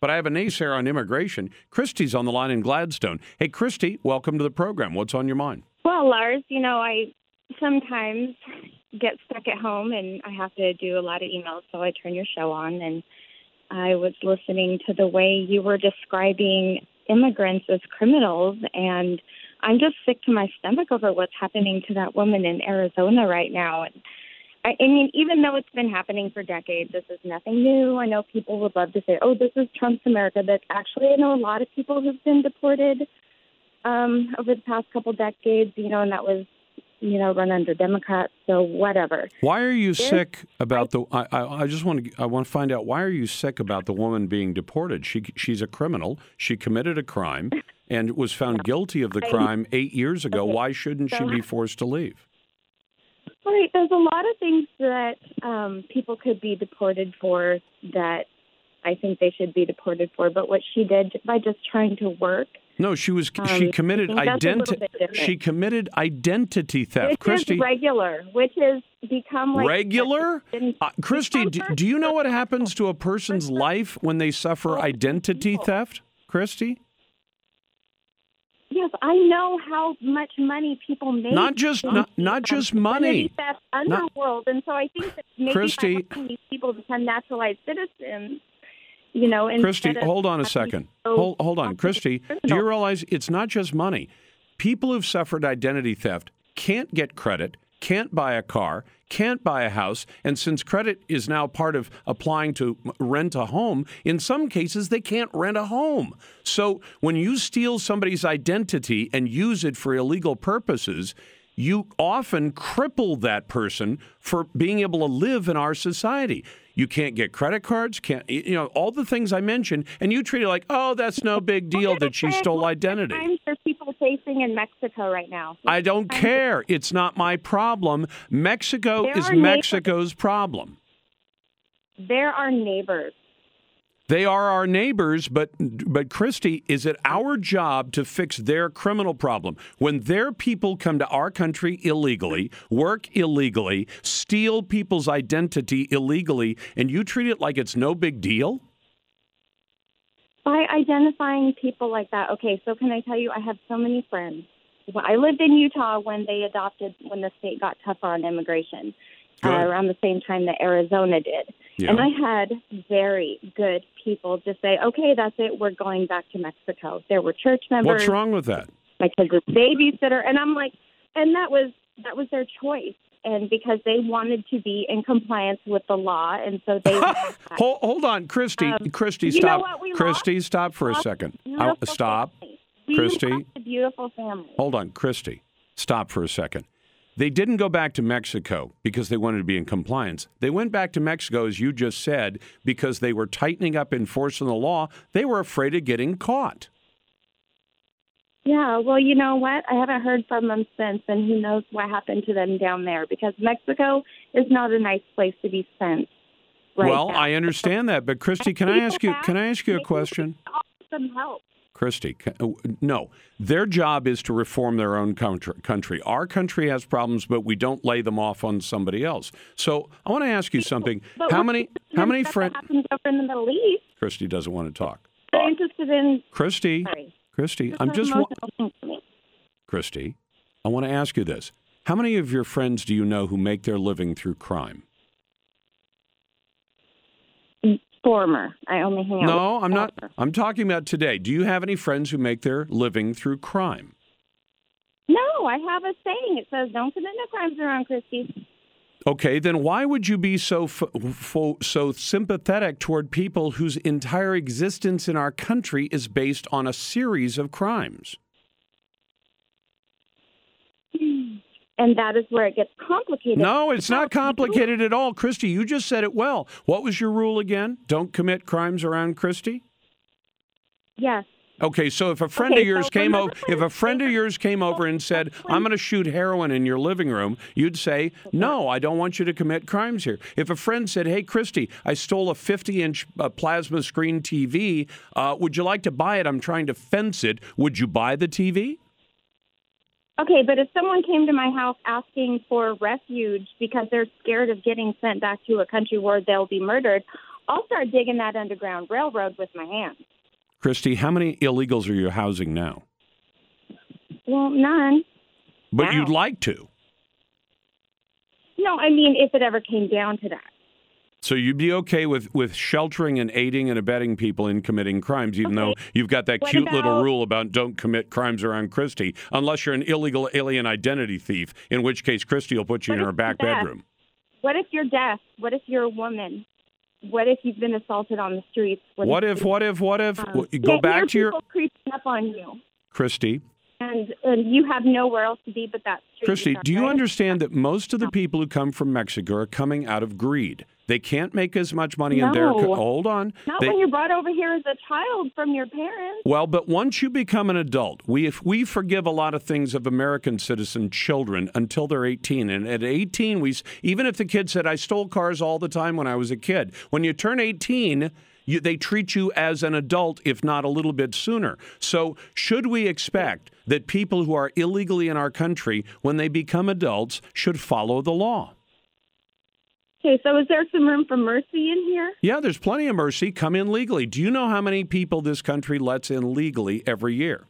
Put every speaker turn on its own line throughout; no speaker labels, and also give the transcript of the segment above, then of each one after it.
But I have a naysayer on immigration. Christy's on the line in Gladstone. Hey, Christy, welcome to the program. What's on your mind?
Well, Lars, you know, I sometimes get stuck at home and I have to do a lot of emails, so I turn your show on. And I was listening to the way you were describing immigrants as criminals, and I'm just sick to my stomach over what's happening to that woman in Arizona right now. And I, I mean, even though it's been happening for decades, this is nothing new. I know people would love to say, "Oh, this is Trump's America," but actually, I know a lot of people who've been deported um, over the past couple decades. You know, and that was you know run under Democrats. So whatever.
Why are you sick about the? I, I, I just want to I want to find out why are you sick about the woman being deported? She she's a criminal. She committed a crime and was found guilty of the crime eight years ago.
Okay,
Why shouldn't she
so-
be forced to leave?
Right. There's a lot of things that um, people could be deported for that I think they should be deported for. But what she did by just trying to work.
No, she was
Um,
she committed
that's a little
identity
bit different.
she committed identity
Which
theft. Christy,
is regular, which is become like
regular?
Didn't-
Uh, Christy, do, do you know what happens to a person's life when they
oh,
suffer identity theft? Christy,
Yes, I know how much money people make.
Not just-
from
not-
the,
not
um,
just money.
identity Theft underworld, and so I think that maybe
Christy-
by helping these people become naturalized citizens, you know. instead
Christy,
of
hold on a
having
second.
so
Hold, hold on,
complicated
Christy. Do you
criminals.
realize it's not just money? People who've suffered identity theft can't get credit, can't buy a car, can't buy a house, and since credit is now part of applying to m- rent a home, in some cases they can't rent a home. So when you steal somebody's identity and use it for illegal purposes, you often cripple that person for being able to live in our society. You can't get credit cards, can't you know all the things I mentioned, and you treat it like, oh, that's no big deal that she stole identity.
Times there's people facing in Mexico right now.
I don't care. It's not my problem. Mexico
There
is
are neighbors-
Mexico's problem.
There are neighbors.
They are our neighbors, but but Christy, is it our job to fix their criminal problem? When their people come to our country illegally, work illegally, steal people's identity illegally, and you treat it like it's no big deal?
By identifying people like that, okay, so can I tell you, I have so many friends. Well, I lived in Utah when they adopted, when the state got tougher on immigration, uh,
Good.
around the same time that Arizona did.
Yeah.
And I had very good people just say, okay, that's it, we're going back to Mexico. There were church members,
What's wrong with that?
my kids' babysitter, and I'm like, and that was that was their choice, and because they wanted to be in compliance with the law, and so they.
Hold, hold on, Christy. Christy,
Uh, um, you know
stop.
what we lost?
Christy, stop for a
Lost
second. I-
beautiful
stop.
family. We
Christy.
lost a beautiful family.
Hold on, Christy. Stop for a second. They didn't go back to Mexico because they wanted to be in compliance. They went back to Mexico, as you just said, because they were tightening up enforcing the law. They were afraid of getting caught.
Yeah, well, you know what? I haven't heard from them since, and who knows what happened to them down there because Mexico is not a nice place to be sent. Right
well,
now.
I understand that, but Christy, can I
People
ask you?
back,
Can I ask you a
maybe we
question?
could offer Some help.
Christie, c- uh, no. Their job is to reform their own country. country. Our country has problems, but we don't lay them off on somebody else. So I want to ask you something.
But
How
we're
many?
interested
How
in
many
stuff
friends?
that happens over in the Middle East?
Christy doesn't want to talk.
We're interested in.
Christy,
Sorry.
Christy,
This
I'm
is
just.
an
Wa-
emotional thing for me.
Christy, I want to ask you this. How many of your friends do you know who make their living through crime?
Former. I only hang out.
No,
with
I'm not.
former.
I'm talking about today. Do you have any friends who make their living through crime?
No, I have a saying. It says, "Don't commit no crimes around Christie."
Okay, then why would you be so f- fo- so sympathetic toward people whose entire existence in our country is based on a series of crimes?
And that is where it gets complicated.
No, it's not
Now, you-
complicated at all, Christy. You just said it well. What was your rule again? Don't commit crimes around Christy.
Yes.
Okay, so if a friend
Okay,
of yours
so
came
another
over, if a
one-
friend of yours came over and said, "I'm going to shoot heroin in your living room," you'd say, "No, I don't want you to commit crimes here." If a friend said, "Hey, Christy, I stole a 50-inch uh, plasma screen TV. Uh, would you like to buy it? I'm trying to fence it. Would you buy the TV?"
Okay, but if someone came to my house asking for refuge because they're scared of getting sent back to a country where they'll be murdered, I'll start digging that underground railroad with my hands.
Christy, how many illegals are you housing now?
Well, none.
But
Wow.
you'd like to.
No, I mean, if it ever came down to that.
So you'd be okay with, with sheltering and aiding and abetting people in committing crimes, even though
Okay.
you've got that
What
cute little
about-
rule about don't commit crimes around Christy, unless you're an illegal alien identity thief, in which case Christy will put you
What
in her
if
back
that-
bedroom.
What if you're deaf? What if you're a woman? What if you've been assaulted on the streets?
What if, what if, what if?
um,
w- go
yet
back
your
to your.
people creeping up on you,
Christy,
and and you have nowhere else to be but that street.
Christy,
Is that
do you
right?
understand that most of the people who come from Mexico are coming out of greed? They can't make as much money in their. Co-
No.
hold on.
Not
They-
when you're brought over here as a child from your parents.
Well, but once you become an adult, we if we forgive a lot of things of American citizen children until they're 18. And at 18, we s- even if the kid said I stole cars all the time when I was a kid, when you turn 18, you, they treat you as an adult, if not a little bit sooner. So, should we expect that people who are illegally in our country, when they become adults, should follow the law?
Okay, so is there some room for mercy in here?
Yeah, there's plenty of mercy. Come in legally. Do you know how many people this country lets in legally every year?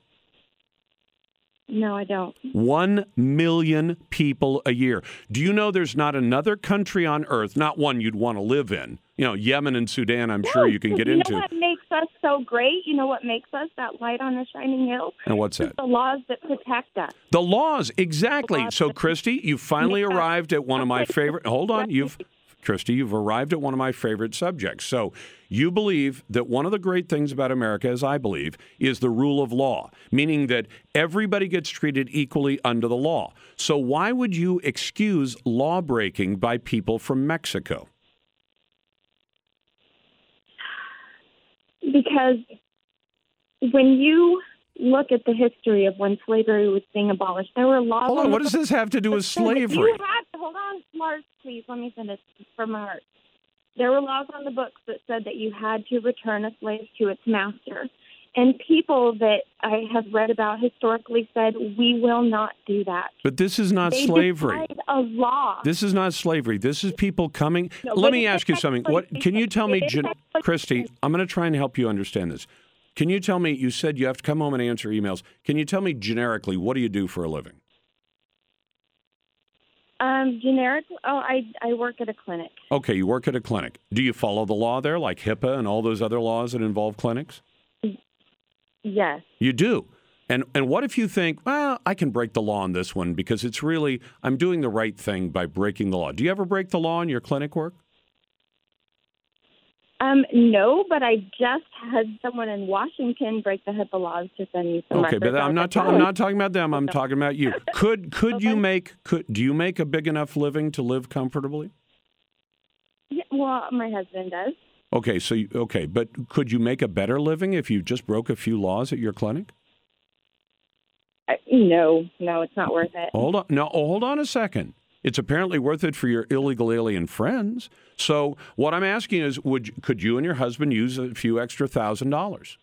No, I don't.
One million people a year. Do you know there's not another country on earth, not one you'd want to live in? You know, Yemen and Sudan, I'm sure you can get
you
into.
know what makes us so great? You know what makes us that light on a shining hill?
And what's that?
The laws that protect us.
The laws, exactly. So, Christy, you finally
Yeah.
arrived at one of my
Okay.
favorite. Hold on, you've, Christy, you've arrived at one of my favorite subjects. So, you believe that one of the great things about America, as I believe, is the rule of law, meaning that everybody gets treated equally under the law. So, why would you excuse law breaking by people from Mexico?
Because when you look at the history of when slavery was being abolished, there were laws.
Hold on,
the
what does this have to do with
books. You
slavery?
had, hold on, Lars, please. Let me finish from my heart. There were laws on the books that said that you had to return a slave to its master. And people that I have read about historically said, we will not do that.
But this is not
They
slavery.
defied a law.
This is not slavery. This is people coming.
No,
Let
but
me
it's
ask you something. What can you tell me,
exploitation.
Jan- Christy? I'm going to try and help you understand this. Can you tell me? You said you have to come home and answer emails. Can you tell me generically what do you do for a living?
um, generic. Oh, I I work at a clinic.
Okay, you work at a clinic. Do you follow the law there, like HIPAA and all those other laws that involve clinics?
Yes.
You do. And and what if you think, well, I can break the law on this one because it's really I'm doing the right thing by breaking the law. Do you ever break the law in your clinic work?
Um, no, but I just had someone in Washington break the HIPAA laws to send me some
Okay,
records.
but
I was
I'm not
like,
ta-
oh,
I'm not talking about them. I'm talking about you. Could could you
Okay.
make could do you make a big enough living to live comfortably?
yeah, well, my husband does.
Okay, so you, okay, but could you make a better living if you just broke a few laws at your clinic?
I, no, no, it's not worth it.
Hold on, no, oh, hold on a second. It's apparently worth it for your illegal alien friends. So what I'm asking is, would you- could you and your husband use a few extra thousand dollars?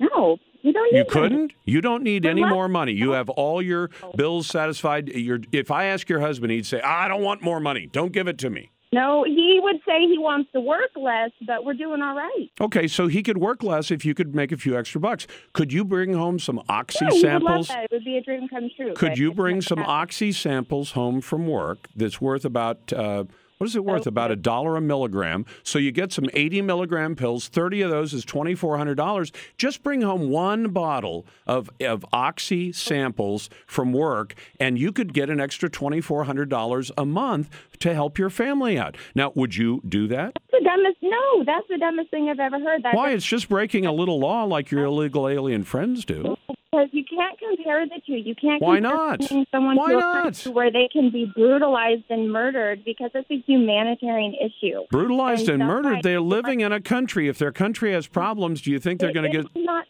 No, you don't. Need
You
that.
couldn't. You don't need any
Unless-
more money. You have all your bills satisfied. Your, if I ask your husband, he'd say, "I don't want more money. Don't give it to me."
No, he would say he wants to work less, but we're doing all right.
Okay, so he could work less if you could make a few extra bucks. Could you bring home some oxy
Yeah, he would love
samples?
that. It would be a dream come true.
Could
but
you
it's
bring
not
some
happening.
oxy samples home from work that's worth about uh, what is it worth?
Okay.
About a dollar a milligram. So you get some 80 milligram pills. 30 of those is $2,400. Just bring home one bottle of, of oxy samples from work, and you could get an extra $2,400 a month to help your family out. Now, would you do that?
That's the dumbest. No, that's the dumbest thing I've ever heard. That
Why? It's just breaking a little law like your illegal alien friends do.
Because you can't compare the two. You can't.
Why
compare
not?
sending Someone
Why
to a
not?
country Where they can be brutalized and murdered because it's a humanitarian issue.
Brutalized and
And that's
murdered.
why-
They're living in a country. If their country has problems, do you think they're
It-
going to get.
it's Not,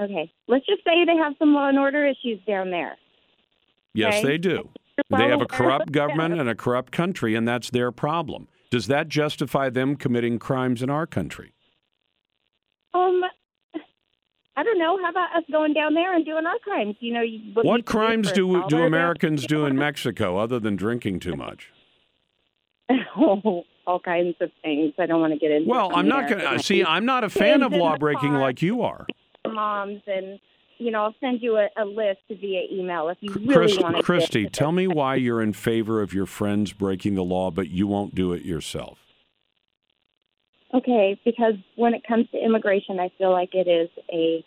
okay, let's just say they have some law and order issues down there.
Yes,
okay.
they do.
You're
They
well
have a
aware
corrupt
of
government
that.
and a corrupt country, and that's their problem. Does that justify them committing crimes in our country?
Um, I don't know. How about us going down there and doing our crimes? You know, you,
What,
you can
crimes
for
do,
a
do
dollar,
Americans do in
you
Mexico other than drinking too much?
know? all kinds of things. I don't want to get into.
Well,
on
I'm not
there,
going to
but
see. I'm not a fan of
in the
lawbreaking
car.
like you are.
moms and you know I'll send you a, a list via email if you really
Christ,
want to.
Christy, tell me why you're in favor of your friends breaking the law, but you won't do it yourself.
Okay, because when it comes to immigration, I feel like it is a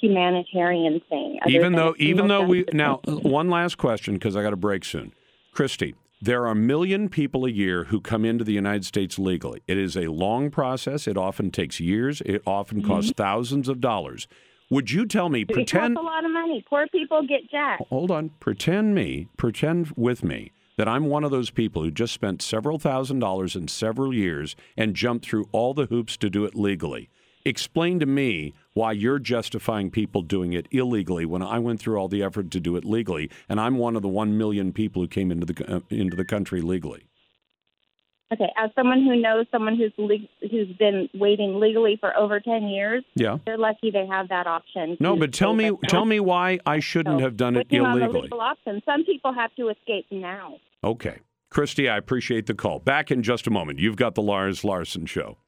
humanitarian thing. other
even
than
though
a
even though we
criminal
now
justice
one last question because I got a break soon. Christy, there are a million people a year who come into the United States legally. It is a long process. It often takes years. It often costs
Mm-hmm.
thousands of dollars. Would you tell me
system. It
pretend
costs a lot of money. Poor people get jacked.
hold on, pretend me, pretend with me that I'm one of those people who just spent several thousand dollars in several years and jumped through all the hoops to do it legally. Explain to me why you're justifying people doing it illegally when I went through all the effort to do it legally, and I'm one of the one million people who came into the co- uh, into the country legally.
Okay, as someone who knows someone who's leg- who's been waiting legally for over ten years,
Yeah.
they're lucky they have that option.
No,
to
but tell
stay
me
with them.
tell me why I shouldn't
So,
have done it
put them on the
illegally.
legal option. Some people have to escape now.
Okay. Christy, I appreciate the call. Back in just a moment. You've got the Lars Larson show.